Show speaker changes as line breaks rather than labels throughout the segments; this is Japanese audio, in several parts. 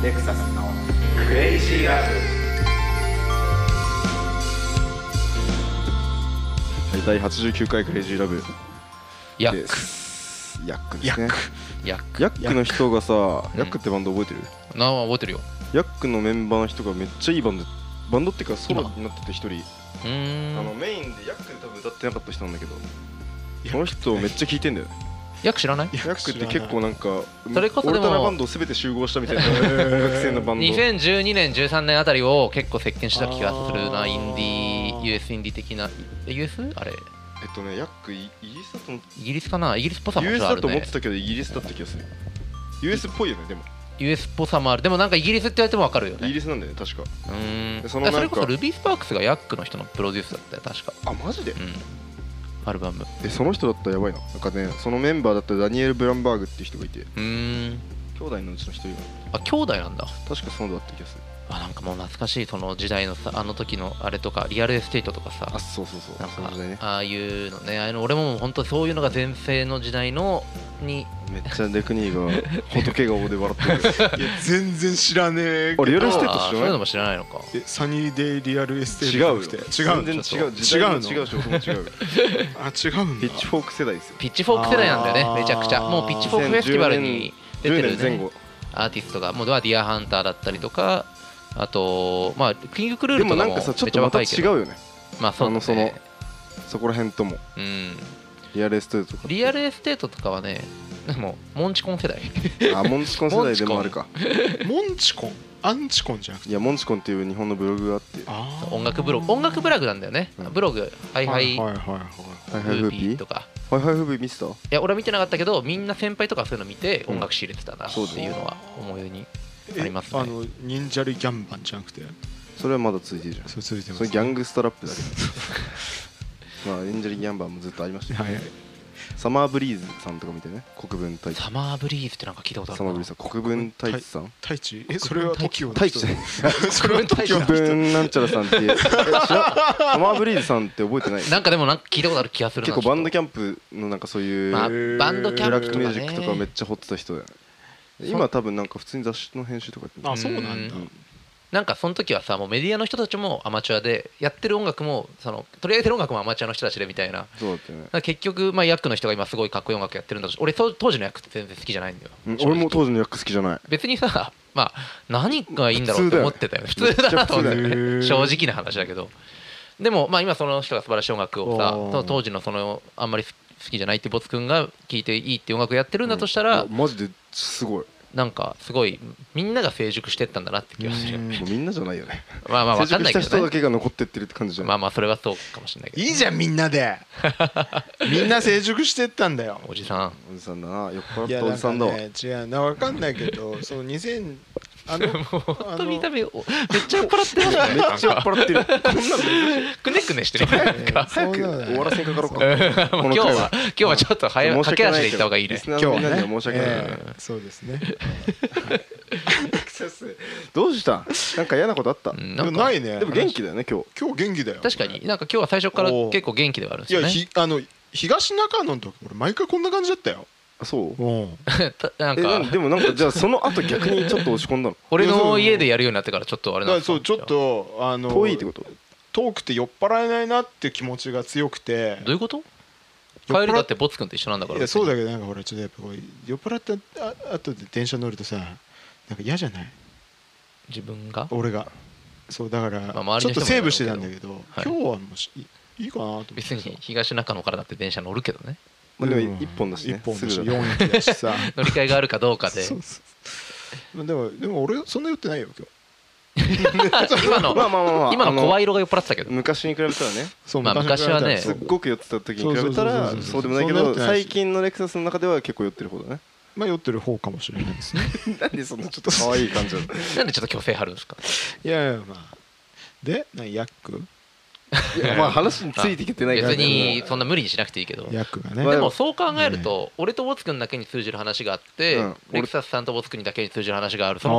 レクサスのクレイジーラブ
はい、第89回クレイジーラブ
ヤッ
で
ク
す。ヤックで
ヤ
すね
ッ。クヤック
ヤックの人がさ、
うん
ヤックってバンド覚えてる、
名前覚えてるよ
ヤックのメンバーの人がめっちゃいいバンド、バンドっていうかソロになってて一人、
う
あ
ー
の
ん
メインでヤックで多分歌ってなかった人なんだけど、この人めっちゃ聴いてんだよ。
ヤック知らない
ヤックって結構なんか、
それこそ
オル
でも
タナバンドすべて集合したみたいな学生のバンド。
2012年13年あたりを結構席巻した気がする
あ
な
ー
インディー US インディー的なえ US? あ
え
れ
っとね、ヤックイイギリスだと思っ
イギリスかなイギリスっぽさ
て、
もちょ
US
っとあ
だ
る
と思っ
ね
てたけど、イギリスだった気がする。US っぽいよね、でも。
US っぽさもあるでもなんかイギリスって言われてもわかるよ
イギ
ね
リスなんだよね、確か。
うーん
そのなんか
それこそルビー・スパークスがヤックの人のプロデュースだったよ確か
あ、マジで
うんアルバム
えその人だったらやばいななんかねそのメンバーだったダニエル・ブランバーグっていう人がいて
うーん
兄弟のうちの一人が
あ兄弟なんだ
確かそうだった気がする
あなんかもう懐かしいその時代のさあの時のあれとかリアルエステートとかさ
あそうそうそう
なん
その
か
時代ね
ああいうのねああいうの俺ももう本当そういうのが全盛の時代のに
めっちゃデク ニーが仏顔で笑ってる
いや全然知らねえけど
あリアルエステート
あー
知らない
そういうのも知らないのか
えサニーデイリアルエステー
違う
ト
よ
じゃなくて違う
全然違う
違
時代
う
も
の
違うし僕も違 う
あ違うん
ピ
だ
ッチフォーク世代ですよ
ピッチフォーク世代なんだよ
あー
ねめちゃくちゃもうピッチフォークフェスティバルに出て
10
る、
年前
ね
後、
アーティストがもうはディアハンターだったりとかあとまあキングクルー
で
ルと
も
か
な
もめ
んかさちょっ
っち
と
ゃ
また
若
違
いけ
う
ど
よね
まあそうだね
あのそのそこら辺とも
うん
リアルエステートとか
リアルエステートとかはねでもモンチコン世代
あモンチコン世代でもあるか
モンチコンアンチコンじゃなくて
いやモンチコンっていう日本のブログがあって
あー
音楽ブログ音楽ブラグなんだよね
うん
ブログハイハイ
はいはいはい
ハイ
ム
ハイフ
ー
ー
ビ
ピ
ー
ー
とか
ハイハイフーピー見てた
いや俺は見てなかったけどみんな先輩とかそういうの見て
うん
音楽仕入れてたなって
そうだね
いうのは思い出に
え
ありますね
あの忍者類ギャンバンじゃなくて
それはまだついてるじゃん
それ続いてます
それギャングストラップだけどまあエンジェルギャンバーもずっとありましたよ
はいはい
サマーブリーズさんとか見てね国分太一
サマーブリーズってなんか聞いたことある
サマーブリーズさん国分太一さん
太一えそれは TOKIO の
太一
人
じゃない
それは TOKIO の
国
人
分なんちゃらさんっていうえ知らんサマーブリーズさんって覚えてない
なんかでもなんか聞いたことある気がする
結
な
構バンド
キ
キャンプのなんかそういう
まあ
ブ
バンドキャン
ラ
プ
ッ
と
ク
か
ミュージックとかめ
ね
っちゃ掘ってた人だよね今多分なんか普通に雑誌の編集とかやって
あそ
る
うなんだ
うんなんかその時はさもうメディアの人たちもアマチュアでやってる音楽もその取り上げてる音楽もアマチュアの人たちでみたいなだか
そうだったよね
ら結局まあヤックの人が今すごいかっこいい音楽やってるんだと俺そう当時のヤックって全然好きじゃないんだよ
うん俺も
正直
当時の役好きじゃない
別にさまあ何がいいんだろうって思ってたよね普
通だよ
通だなと思ってた
め
よ
っちゃ普通
ね
だ
正
よ
直な話だけどでもまあ今その人が素晴らしい音楽をさ
おー
その当時のそのあんまり好きじゃないってボツくんが聴いていいって音楽やってるんだとしたら、
うんいやマジですごい
なんかすごいみんなが成熟してったんだなって気がするよね
うん
もうみんなじゃないよね
まあまあ
成
わかん
熟
な
し
い
た
け
人
ど
だ
ね
けが残ってってるって感じじゃん
まあまあそれはそうかもしれないけど
いいじゃんみんな でみんな成熟してったんだよ
おじさん
おじさんだな酔っ払
い
っ
や
たおじさんだわ
なんかね違うなわかんないけ どその2000あの
ほ
あ
んと見た
の
目おめっちゃ酔っ払ってるね
めっちゃ酔っ払ってるこんなの
くねくねしてるよなんか
そう
早く
なんだよ
終わらせにかかろうか
もう今日
回
は今日はちょっと早い
申し訳
駆
な
け
い
足で行った方がいいね
リスナー
今
の
日
みんな
は
に
ね
は申し訳ない
ええそうですね
どうしたなんか嫌なことあった
う
で
ん
で
な
も
んか
ないね
も元気だよね今日
今日元気だよ
確かになんか今日は最初から
おー
結構元気ではある
い
んですよ
や
ね
ひあの東中野の時俺毎回こんな感じだったよ
あそう
うん
た なん
えなん
か
でもなんかじゃあその後逆にちょっと落ち込ん だの
俺の家でやるようになってからちょっとあれ
だか
なん
らそうちょっとあの
遠いってこと
遠くて酔っ払えないなって気持ちが強くて
どういうこと
酔っ払っ
帰りだってボツ君と一緒なんだから
いやそうだけどなんかほらちょっとやっぱこう酔っ払ったあ後で電車乗るとさなんか嫌じゃない
自分が
俺がそうだから
まあ周
ちょっ
りの人
と
も
セーブしてたんだけど
は
今
い
日はもうしいいいかなと思って
別に東中野からだって電車乗るけどね
まあでも
うん
一本だしね
一本だし
すぐだ
4駅だし さ
乗り換えがあるかどうかで
そう そうまあでもでも俺そんな酔ってないよ今日
今の
まあまあまあまあ
今の声
い
色が酔っ払ってたけど
昔に比べたらね
そう
まあ
に比べたら
昔はね
す
そ
っ
う
ごく酔ってた時に比べた
そうそ
ら
うそうそう
そうでもないけ
そんな酔
ど
ってないし
最近のレクサスの中では結構酔ってる方だね
まあ酔ってる方かもしれないですね
なんでそんなちょっと可愛い感じなの
なんでちょっと虚勢張るんですか
いやいやまあで何ヤック
いやまあ話に ついてきてないからね
別にそんな無理にしなくていいけど
ヤックがね
でもそう考えると俺とボツ君だけに通じる話があって
うん俺
レクサスさんとボツ君にだけに通じる話があるそ
そ
のそ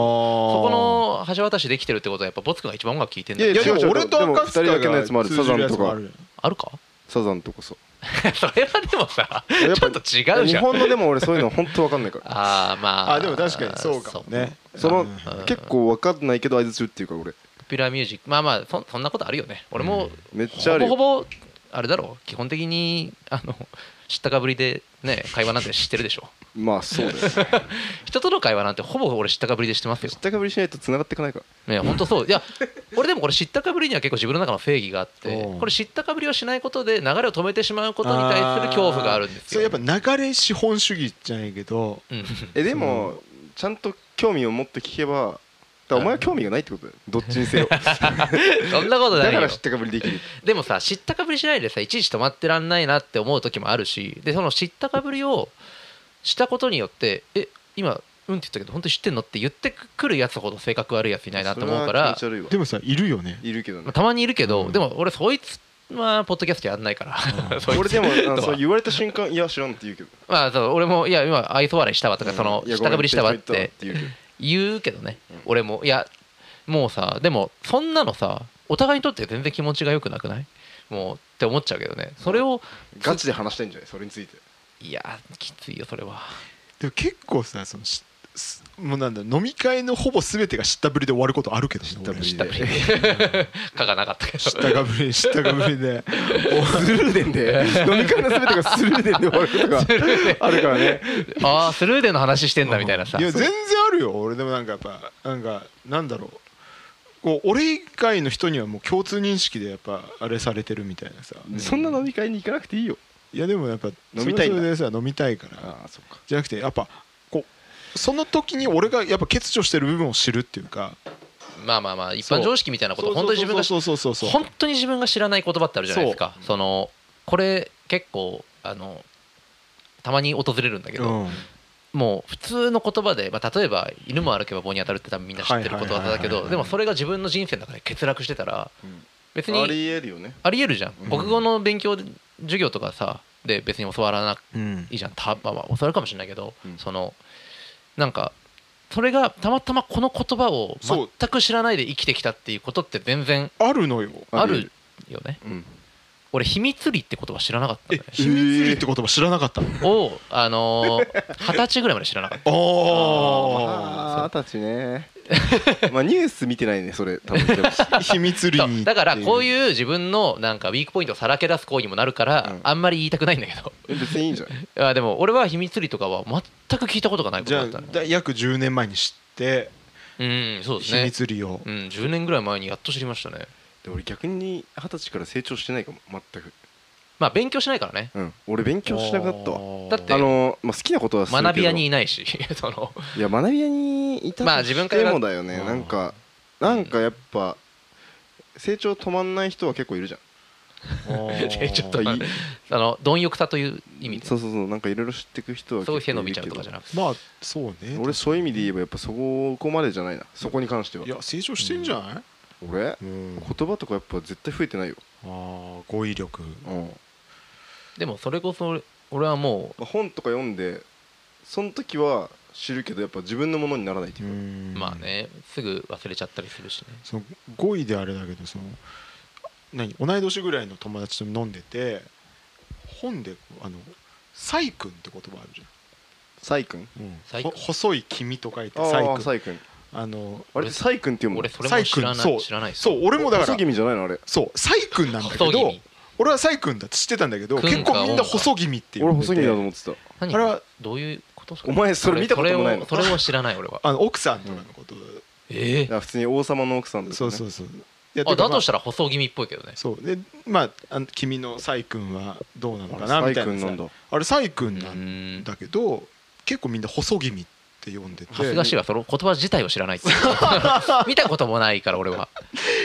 この橋渡しできてるってことはやっぱボツ君が一番音楽聴いてんだ
い
よ
や
いや
違う違う
でも俺と赤
でも二人だけのやつもある
通じるやつもあ
サザ
る
あるか
サザンとかさ
それはでもさ
やっ
ちょ
ぱ
っと違うじ
日
ゃん
本のでも俺そういうの本当わかんないから
ああまあ
あでも確かにそうかもね
その
ん
結構わかんないけど相槌打っていうから俺
ポピュラーミュージックまあまあそそんなことあるよね俺も
めっちゃ
ほ
ある
ぼ
よ
ほぼあれだろう基本的にあの知ったかぶりでね会話なんて知ってるでしょ
まあそうですね
人との会話なんてほぼ俺知ったかぶりでしてますよ
知ったかぶりしないと繋がっていかないから
ね本当そういや俺でもこれ知ったかぶりには結構自分の中の正義があって
おう
これ知ったかぶりをしないことで流れを止めてしまうことに対する恐怖があるんですよ
あーそうやっぱ流れ資本主義じゃないけど
うん
えでもちゃんと興味を持って聞けばだからお前は興味がないってことだよどっちにせよだ
そんなことない
か
よ
ら知ったかぶりできる
でもさ知ったかぶりしないでさいちいち止まってらんないなって思う時もあるしでその知ったかぶりをしたことによってえ今うんって言ったけど本当に知ってんのって言ってくるやつほど性格悪いやついないなと思うか
それは
ら
気持ち悪いわ
でもさいるよね
いるけど
まあ
ね
たまにいるけど、
うん
でも俺そいつはポッドキャストやんないから そいつ
俺でもあ
と
の
は
そう言われた瞬間いや知らんって言うけど
まあそう俺もいや今愛想笑いしたわとか、
うん
その
いや
知ったかぶりしたわっ
ごめん
て
適当に言ったわって言うけど
言うけどね、俺もいやもうさでもそんなのさお互いにとって全然気持ちが良くなくないもうって思っちゃうけどねそれを
ガチで話したいんじゃないそれについて
いやきついよそれは
でも結構さそのしすもうなんだろう飲み会のほぼ全てが知ったぶりで終わることあるけどね
知ったぶり
知った
で
ぶり かがなかっ たけど
俺知ったかぶり知ったかぶりで
スルーデン で飲み会の全てがスルーデンで終わることがあるからね
ああスルーデンの話してんだみたいなさ
いや全然あるよ俺でもなんかやっぱなんかなんだろうこう俺以外の人にはもう共通認識でやっぱあれされてるみたいなさ
そんな飲み会に行かなくていいよ
いやでもやっぱ飲
みたいんだ
でさ飲みたいから
ああそっか
じゃなくてやっぱこうその時に俺がやっぱ欠如してる部分を知るっていうか
まあまあまあ一般常識みたいなこと本当に自分が
そうそうそうそうそう
本当に自分が知らない言葉ってあるじゃないですかそのこれ結構あのたまに訪れるんだけど、
うん
もう普通の言葉で、まあ、例えば「犬も歩けば棒に当たる」って多分みんな知ってることわざだ
は
け
いはいはいは
ど
い
でもそれが自分の人生の中で欠落してたら
うん
別
あ
に
りえるよね
ありえるじゃん
うん
国語の勉強で授業とかさで別に教わらな
うん
いいじゃんたまあまあ教わるかもしれないけど
うん
そのなんかそれがたまたまこの言葉を
そう
全く知らないで生きてきたっていうことって全然
あるのよ
あ
ありえ
る
る
よね
うん
俺秘密裏って言葉知らなかったん
え
だ
秘密裏って言葉知らなかったの
ねをあのー二十歳ぐらいまで知らなかった
あ
ああたちね まあニュース見てないねそれ多分でも
あ秘密裏
そう
に
だからこう
う
いう自分のなんかウィークポイントをさらけ出す行為にもなるから、
うん
あんまり言いたくないんだけど
え別にいいんじゃない
あでも俺は秘密裏とかは全く聞いたことがないこと
じゃ
だ
あ
ったね
だ約10年前に知って
うんそうです
秘
ね、
密裏を
うん、10年ぐらい前にやっと知りましたね
で俺逆に二十歳から成長してないかも全く
まあ勉強しないからね
うん俺勉強しなくなったわ
だって
あのまあ好きなことはするけど
学び屋にいないし その
いや学び屋にいた
まあ
と
自分
し
から
てもだよね
うん
なんかなんかやっぱ成長止まんない人は結構いるじゃん
え ちょっと
い
待ってあの貪欲さという意味で
そうそうそうなんかいろいろ知っていく人は
そういう
結
背
構
伸
い
び
る
ちゃう
け
と
ど
かじゃなくて
まあそうね
俺そういう意味で言えばやっぱそこまでじゃないなそこに関してはい
や成長してんじゃない
俺
うん
言葉とかやっぱ絶対増えてないよ、
ああ語彙力
うん
でもそれこそ俺はもう
本とか読んでその時は知るけどやっぱ自分のものにならないっていうか
まあねすぐ忘れちゃったりするしね
その5位であれだけどその何同い年ぐらいの友達と飲んでて本であの「細君」って言葉あるじ
サイ君
ゃん、うん
細
ほ
君
細い君と書いて
あ
細
あ
君
サイ君
あの
あれサイ君って読む
俺
の
それも知ら
細
な
君
い知らないです
そう俺もだか
細
ら
気味じゃないのあれ
そう細君なんだけ
細気
ど
味
俺は細君だって知ってたんだけど
君か
結構みんな
音か
細気味っていう
俺細気味だと思ってた
何
あれは
どういうこと
お前それ見たこともないの
それをそれを知らない俺は
あの奥さんとかのこと、
ええ
いや普通に王様の奥さんとか、ね、
そうそううそういや
あ
てか
だ
まあ
としたら細気味っぽいけどね
そうでまああの君のサイ君はどうなのかな
サ
み
イ
たい
君
な
な
さ
んだ
あれサイ君な
うんん
だけど結構みんな細気味って呼んでて
恥ずかしいわその言葉自体を知らないっていう 見たこともないから俺は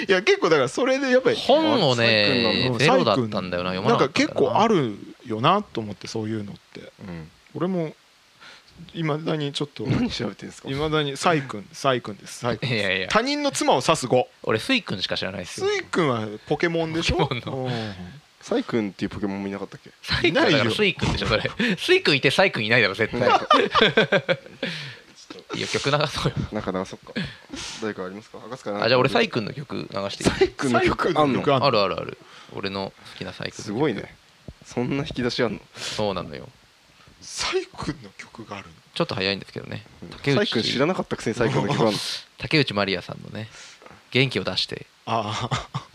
い
や結構だからそれでやっぱり
本を
サイ君な
ね
の
ゼロだったんだよな読ま
な
なんか
か
った
結構あ
る
るよなと思ってそういうのって
うん
俺もいまだにちょっと
何調べてんですか
いまだにサイ君サイ君ですサイ君
いやいや
他人の妻を指す語
俺スイ君しか知らないです
ス
よ
イ君はポケモンでしょ
ポケモン
うん
サイ君っていうポケモン見なかったっけ
スイ君だ
いな
か
い
ら
よ
スイ君でしょそれ スイ君いてサイ君いないだろ絶対
ない
いや曲流そうよ
なかなかそっか誰かありますか赤塚なんか
あじゃあ俺サイ君の曲流していい
サイ君の曲あん
サイ君の曲
の
あ
あるあるある俺の好きなサイ君
すごいねそんな引き出しあんの
そうなのよ
サイ君の曲があるの
ちょっと早いんですけどね竹
サイ君知ら
内
なかったくせにサイ君の曲あんの
竹内まりやさんのね「元気を出して
ああ」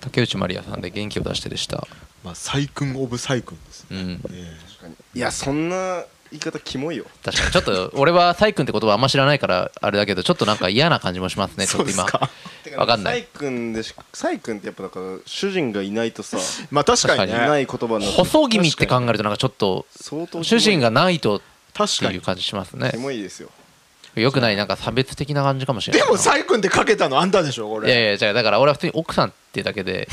竹内まりやさんで「元気を出して」でした
まあサイ君オブサイ君です
う
ね、
ん
ええ
いやそんな言い方キモいよ
確かにちょっと俺はサイ君って言葉あんま知らないからあれだけどちょっとなんか嫌な感じもしますねち
そ
ょっ
う
と
です
今
か
わかんない
サイ君でしサイ君ってやっぱだから主人がいないとさ
まあ確かにね
い
確
ない言葉になって
細気味って考えるとなんかちょっと
相当キモい
主人がないとっ
確
て
か
いう
に
感じしますね
キモいですよ
よくないなんか差別的な感じかもしれ
で
ないな
もサイ君ってかけたのあんたでしょこ
いや
れ
いやじゃあだから俺は普通に奥さんっていうだけで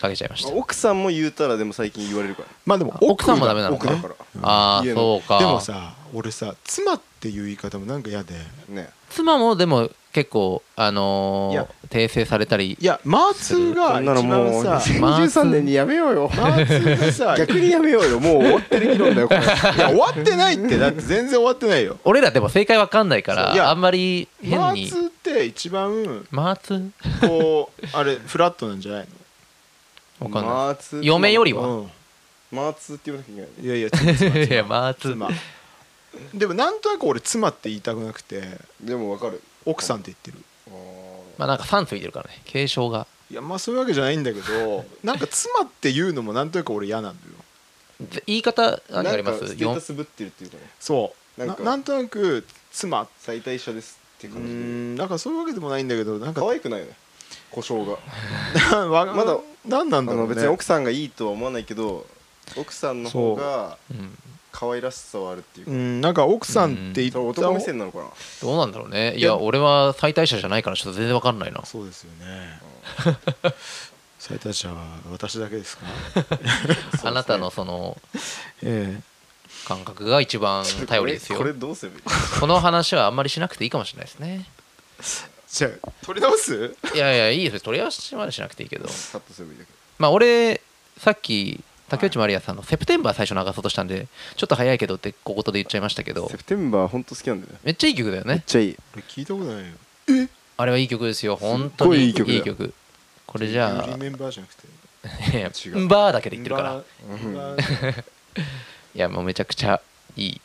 かけちゃいました
奥さんも言うたらでも最近言われるから
まあでも
奥さんもダメなの
奥
か
だから
ああ
家
そ
の
うか
でもさ俺さ妻っていう言い方もなんか嫌で
ね
妻もでも結構あ
い
の
や
ー訂正されたり
いやマーツーが
こんなの
一
も
番
う
さ
2023年にやめようよ
マーツーがさ
逆にやめようよもう終わってる議論だよこれ
いや終わってないってだって全然終わってないよ
俺らでも正解わかんないか
そうい
ら
や
あんまり
マー
変に
ツーって一番
マーツ
こうあれフラットなんじゃない
わかんない
マーツー
嫁よりは
の
マーツーって言わなきゃいけない
うんいやいや妻妻
いやマーツ
妻でもなんとなく俺妻って言いたくなくて
でもわかる
奥さんって言ってる
あー
まあなんか酸ついてるからね継承が
いやまあそういうわけじゃないんだけどなんか妻っていうのもなんとなく俺嫌なんだよ
で言い方何かありま
なんか
す
ステー
よ
タスぶってるっていうかね
そう
な
なんな
か
んとなく妻う
最大者ですって
ー
感じ
んなんかそういうわけでもないんだけどなん
で
か
可愛くないよね故障が
わ
まだ
何なんだ
あ
ろう
の
ね
別に奥さんがいいとは思わないけど奥さんの方が
うん
可愛らしさはあるっていう
う
か
んなんか奥さんって言っ
そ
た
れ男目線なのかな
どうなんだろうねい
い
や
や
俺は最大者じゃないからちょっと全然わかんないな
そうですよ ね最多者は私だけですか
あなたのその
え
感覚が一番頼りですよ
これこれどうする
この話はあんまりしなくていいかもしれないですね
えじゃあ取り直す
いやいやいいですよ取り合わせまでしなくていいけど
カットすればいいだけ
まあ俺さっき竹内まりやさんの「セプテンバー」最初流そうとしたんでちょっと早いけどって小言で言っちゃいましたけ
ど
ど
セプテンバー本当好きなんだよね
めっちゃいい曲だよ
めっ
ね
ちゃいい
俺聞いたことないよ
あれはいい曲ですよ本
すっ
当
ご
に
いいい曲だよ
これじゃあ
メンバーじゃなくて
いや
違う
バーだけで言ってるから
メンバー
いやもうめちゃくちゃいい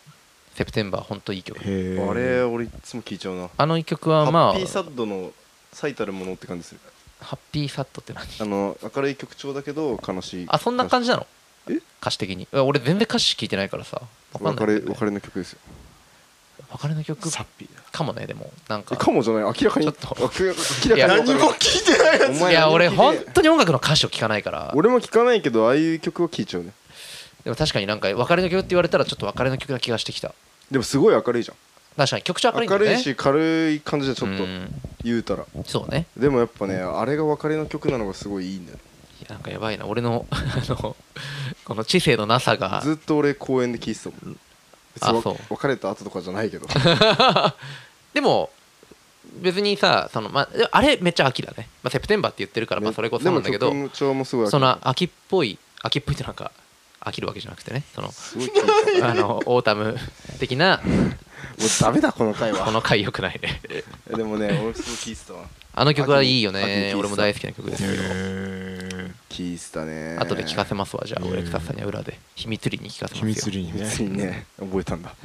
セプテンバー本当いい曲
へえ
あれ俺いつも聴いちゃうな
あの一曲はまあ
ハッピーサッドの最たるものって感じする
ハッピーサットって何
あの明るい曲調だけど悲しい
あそんな感じなの
え
歌詞的にいや俺全然歌詞聞いてないからさ分かん
別
ないんだ
れ
よね
別れの曲ですよ
別れの曲
サッピーだ
かもねでもなん
え
か
かもじゃない明らかに
ちょっと
明らかに
何も聞いてないや
お
つ
前
いや俺
何も聞
本
いて
当に音楽の歌詞を聞かないから
俺も聞かないけどああいう曲は聴いちゃうね
でも確かになんか別れの曲って言われたらちょっと別れの曲な気がしてきた
でもすごい明るいじゃ
確かに曲調
ん
明るいんだ
明
よね
るいし軽い感じでちょっと
うん
言うたら
そうね
でもやっぱねあれが別れの曲なのがすごいいいんだよね
いやなんかやばいな俺の あのこの知性のなさが
ずっと俺公園で聴いてたもん別に
あそう
別れた後とかじゃ ないけど
でも別にさその、まあ、でもあれめっちゃ秋だね、まあ、セプテンバーって言ってるから、まあ、それこそなんだけど
でも曲調もすごい明るい
その秋っぽい秋っぽいってなんか飽きるわけじゃなくてねその
すごい 聴いてた
あのオータム的な
もうダメだこの回
こ
は
の回良くないね
でもね 俺すごい聴いてたわ
あの曲はいいよ
秋に秋に聞い
ね
てた
俺も大好きな曲ですよ
へ
聴いてたね
後で聞かせますわじゃあ
えー
俺草さんには裏で秘密裏に聞か
え
せますよ
秘密裏に
別に
ね
ね覚えたんだ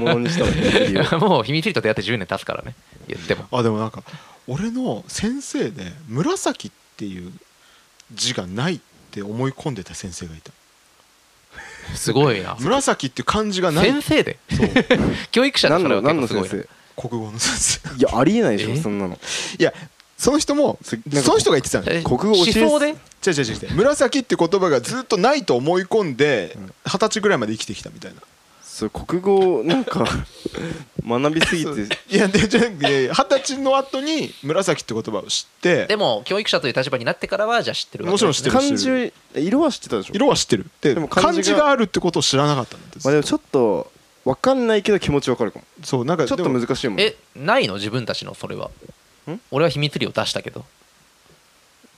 ものにしたわね理由を
もう秘密裏と出会って10年経つからね言っ ても
あでもなんか俺の先生で紫っていう字がないって思い込んでた先生がいた
すごいな
紫っていう漢字がない
先生で
そう
教育者で
何
それは
の何の
結構すご
先
いな
生
国語の先生
いやありえないでし
え
ょそんなの
いやその人もそ
すなんか
の人が言ってたのよ
え
国語教え
思想で
違う違う違う違う紫って言葉がずっとないと思い込んで二十歳ぐらいまで生きてきたみたいな
それ国語なん か学びすぎ
そう
て
いやでじゃなくて二十歳の後に紫って言葉を知って
でも教育者という立場になってからはじゃあ知ってるわ
も
け
ちろん
で
知っ
す
て
ね
る
漢字色は知ってたでしょ
色は知ってるで
でも
漢
漢字が
字があるってことを知らなかったんだって
まあでもちょっとわかんないけど気持ちわかるかも
そうなんか
ちょっ
で
と
も
難しいもん
えないの自分たちのそれは
ん
俺は秘密裏を出したけど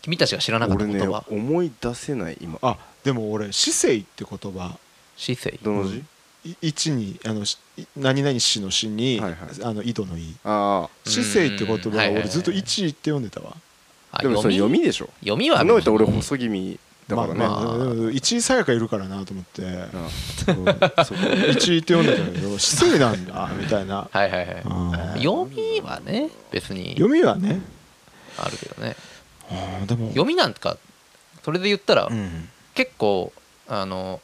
君たちが知らなかった
俺
言
ね
葉
思い出せない今
あでも俺「死生」って言葉
姿勢
どの字
い一にあのしい何々死の死に、
はいはい
あの井戸の井
あ
「死生」って言葉
うんは
はい
はいはい
俺ずっと「一」って読んでたわ、
あ
あでもそれ読みでしょ
読みは
考えたら俺細気味だからね、
まあまあでも一位さやかいるからなと思って、
うん
そうそう一位って読んでたけど失礼なんだみたいな
はいはいはい
あー
読みはね別に
読みはね
あるけどね
あーでも
読みなんかそれで言ったら
うん
結構あの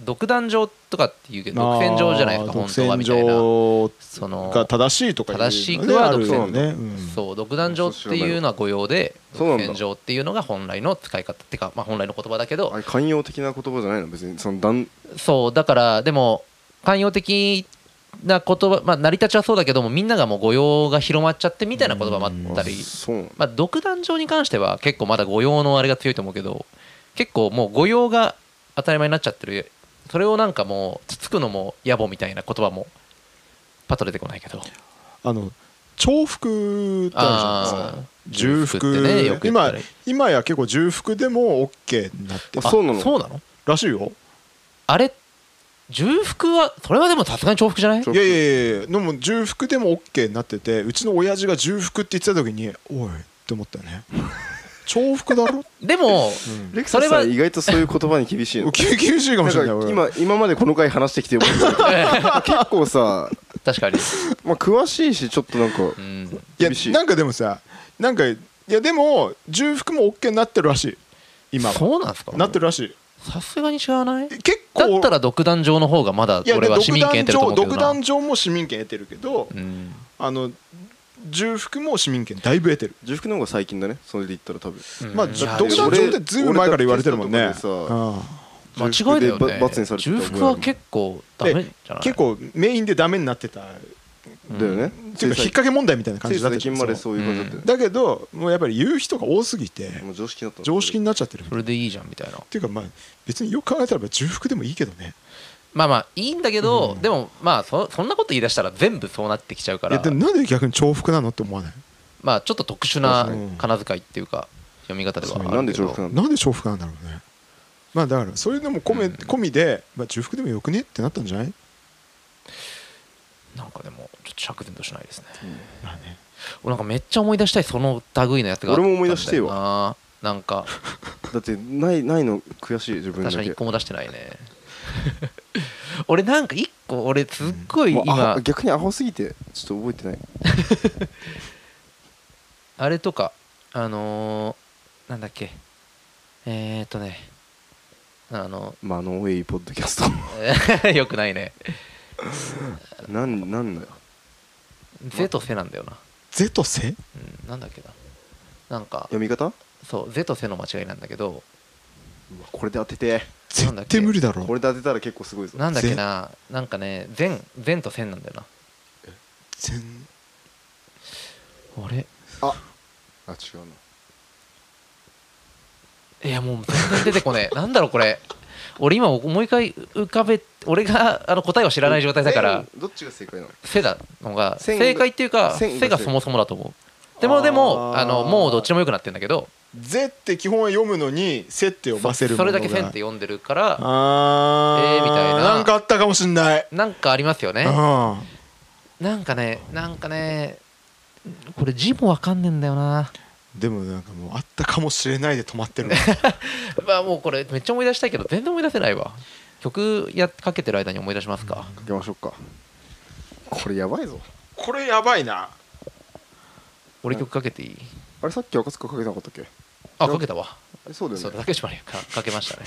独壇場とかっていうけど独占場じゃないですか
あー
本当はみたい
独
な
占
そ
場
の
が正しいとかいうのね
正しくは
あ
独占
るよね
そう独壇場っていうのは御用で
そうな
独
んだ
占場っていうのが本来の使い方ってかまあ本来の言葉だけど
あれ寛容的な言葉じゃないの別にそのだん
そうだからでも寛容的な言葉まあ成り立ちはそうだけどもみんながもう御用が広まっちゃってみたいな言葉もあったり
そうなんだ
まあ独壇場に関しては結構まだ御用のあれが強いと思うけど結構もう御用が当たり前になっちゃってるそれをなんかもうつつくのも野暮みたいな言葉もパッと出てこないけど
あの重複ってあるじゃない
あ
です
あ
か重複
ってねよく言った
今
り
今や結構重複でも OK になってる
あそうなの
あそうなの
らしいよ
あれ重複はそれはでもさすがに重複じゃない
そう
いやいやいやでも重複でも OK になっててうちの親父が重複って言ってた時においって思ったよ ね重複だろ、
でも
レク
そ
サ
れ
ス
は
さん意外とそういう言葉に厳しい
うん、
の
厳しいかも
なん
しれない
か
俺
今今までこの回話してきて思った けど結構さ、
確かに、
まあ、詳しいしちょっとなんか
うん、
いや
厳しい
なんかでもさなんかいやでも重複も OK になってるらしい今は
そうなんですか
なってるらしい
さすがに違わないだ
結構
ったら独壇場の方がまだ
いや
俺
で
は市
独
民権
壇
得てると
場
思うけど
独
な
壇場も市民権得てるけど、
うん
あの重複も市民権だいぶ得てる、
重複の方が最近だねそれで言ったら多分
まあ
うん
独
いや
壇場ってずいぶん前から言われてるもんね
俺だってテストと
うん
かで
間違いだ
重
よ
複
ね
でば罰にされてた
重複は結構ダメじゃない
結構メインでダメになってたっ
だよね
ていうか引っ掛け問題みたいな感
つい
じだったじ
最
ゃ
近
ん
までそういう感じだったよね
だけどもうやっぱり言う人が多すぎて
もう常識だったの
常識になっちゃってる
それでいいじゃんみたいな
っていうかまあ別によく考えたら重複でもいいけどね
まあまあいいんだけど、
うん
でもまあそそんなこと言い出したら全部そうなってきちゃうか
いや
ら
でもなんで逆に重複なのって思わない
まあちょっと特殊な
確かに
仮名遣いっていうか読み方ではあるけど
なんで重複なの
なんで重複なんだろうねまあだからそれでも込め、
うん
込みで、まあ、重複でもよくねってなったんじゃない
なんかでもちょっと釈然としないですね
まあね
俺なんかめっちゃ思い出したいその類のやつがあったんだよな
俺も思い出してえ
なんか
だってないないの悔しい自分だ
確かに
け
1個も出してないね 俺なんか1個俺すっごい
もう
今
あ逆にアホすぎてちょっと覚えてない
あれとかあのーなんだっけえーっとねあの
まああのウェイポッドキャスト
よくないね
なんなんだよ
「ぜ」と「せ」なんだよな
「是と「せ
うん、なんだっけななんか
読み方うわ
そう「ぜ」と「せ」の間違いなんだけど
これで当てて」
なんだっ
絶
け
対無理だろ
これで当てたら結構すごいぞ
なんだっけななんかね「全」「全」と「せ」なんだよな
全
あれ
あ違うない
やもう全然出てこねえ なんだろうこれ俺今もう一回浮かべ俺があの答えを知らない状態だから
線どっちが正解なの
「せ」だのが
線が
正解っていうか「
線が
せ」がそもそもだと思うでもでも
あー
あのもうどっちでもよくなってんだけど
「ぜ」って基本は読むのに「せ」って読
そ
ませる
そ
もの
れ
が
だけ「せ」って読んでるから
あー
えーみたいなん
かあったかもしんない
なんかありますよね
あ
なんかねなんかねこれ字もわかんねえんだよな
でもなんかもうあったかもしれないで止まってる
まあもうこれめっちゃ思い出したいけど全然思い出せないわ曲やかけてる間に思い出しますか、
行きましょうかこれやばいぞ
これやばいな
俺曲かけていい
あれさっき赤塚かけてなかったっけ
あかけたわ
えそうだ
そ
よ
う
ね
竹島にかかけましたね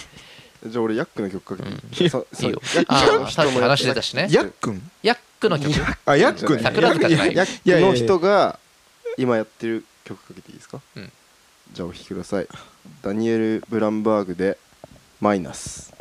じゃあ俺ヤックの曲かけて
う
い
ん
いささ
いいよ
ヤック
あ
の人
ー
の
さっき話出
や
た
つ
しね
やっくん
ヤックの曲
あやっくんね
桜塚じゃな
や
い
ヤ
っ
ックの人が今やってる曲かけていいですか
うん
じゃあお聴きくださいダニエル・ブランバーグでマイナス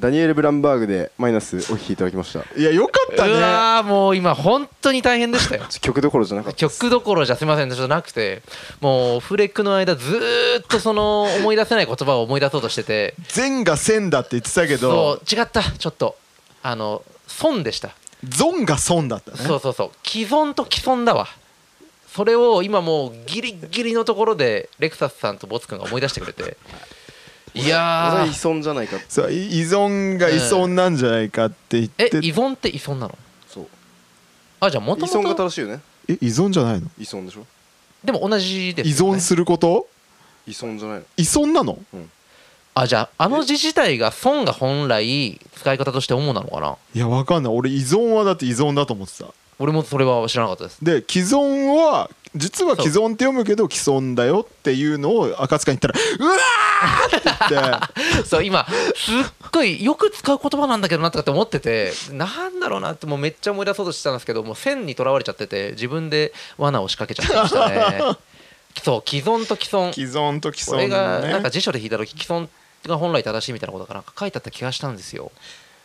ダニエル・ブランバーグでマイナスお聴きいただきました
いやよかった
う
ね
わーもう今本当に大変で したよ
曲どころじゃなかった
曲どころじゃすいませんちょっとなくてもうフレックの間ずーっとその思い出せない言葉を思い出そうとしてて
善が千だって言ってたけど
そう違ったちょっとあの損でした
ゾンが損だったね
そうそうそう既存と既存だわそれを今もうギリギリのところでレクサスさんとボツ君が思い出してくれてい
俺
や
は依
ー
存じゃないか
そうい依存が依存なんじゃないかって言っ
え
て、
依存って依存なの
そう
あじゃあも
依
と
存
も
が
と
正しいよね
え依存じゃないの
依存でしょ
でも同じで
依
すよね
存すること
依存じゃないの
依存なの
うん
あじゃああの字自体が損が本来使い方として主なのかない
やわかんない俺依存はだって依存だと思ってた
俺もそれは知らなかった です
で既存は実は既存って読むけど既存だよっていうのを赤塚に言ったら「うわー!」って言って
そう今すっごいよく使う言葉なんだけどなとかって思っててなんだろうなってもうめっちゃ思い出そうとしてたんですけどもう線にとらわれちゃってて自分で罠を仕掛けちゃって ましたねそう既存と既存
既存と既
これ
存の
がなんか
ね
辞書で引いた時既存が本来正しいみたいなことがなんか書いてあった気がしたんですよ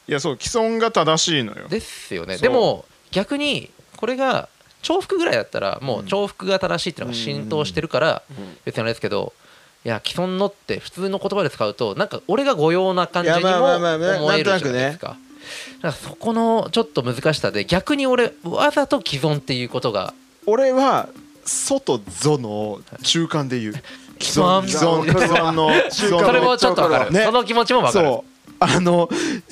いやそう既存が正しいのよ
ですよね
そう
でも逆にこれが重複ぐらいだったらもう重複が正しいっていうのが浸透してるから別にあれですけどいや既存のって普通の言葉で使うとなんか俺が御用な感じ
い
にも
やまあまあまあ
思えるじ
な
ゃ
んと
な
ないくね
ですか。だからそこのちょっと難しさで逆に俺わざと既存っていうことが
俺は「ソ」と「ゾ」の中間で 言う既
存
存既存既存 の既存の
それもちょっとわかる
ね
その気持ちもわかる
そうあの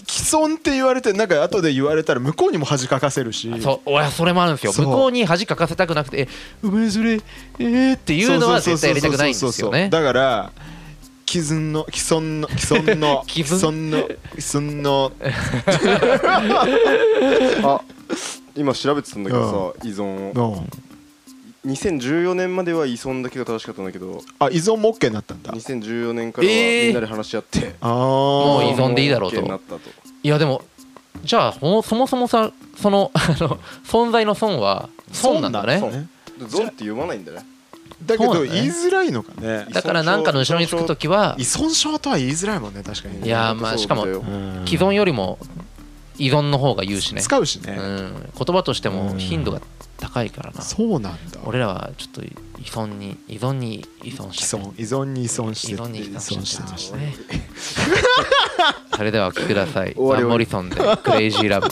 既存って言われてなんか後で言われたら向こうにも恥かかせるし
そう俺はそれもあるんですよ
そ
向
う
こうに恥かかせたくなくて「えお前それえー」っていうのは絶対やりたくないんですよね
だから既存の既存 の既存の
既
既存
存
の既存の
あ今調べてたんだけどさ依存を
の
2014年までは依存だけが正しかったんだけど
あ依存も OK になったんだ
2014年からは
えー
みんなで話し合って
あも
もう依存でいいだろうと
OK になったと
いやでもじゃあほんそもそもさその あの存在の損は損なんだね
損でゾンって読まないんだね
だけ
そう
ど
なんだね
言いづらいのかね
だからなんかの後ろにつく時は
依存症とは言いづらいもんね確かにね
いやー
本当
まあ
そう
しかも
だ
う
よ
ん
既存よりも依存の方が言うしね
使うし
う
ね
ん言葉としても
うん
頻度が高いからな
そうなんだ
俺らはちょっと依存に依存に依存し
既
て
存依存に依存して
依存に依存して
ま
ま
し
したたね それではお聴きください
終わり
ザ・モリソンでクレイジーラブ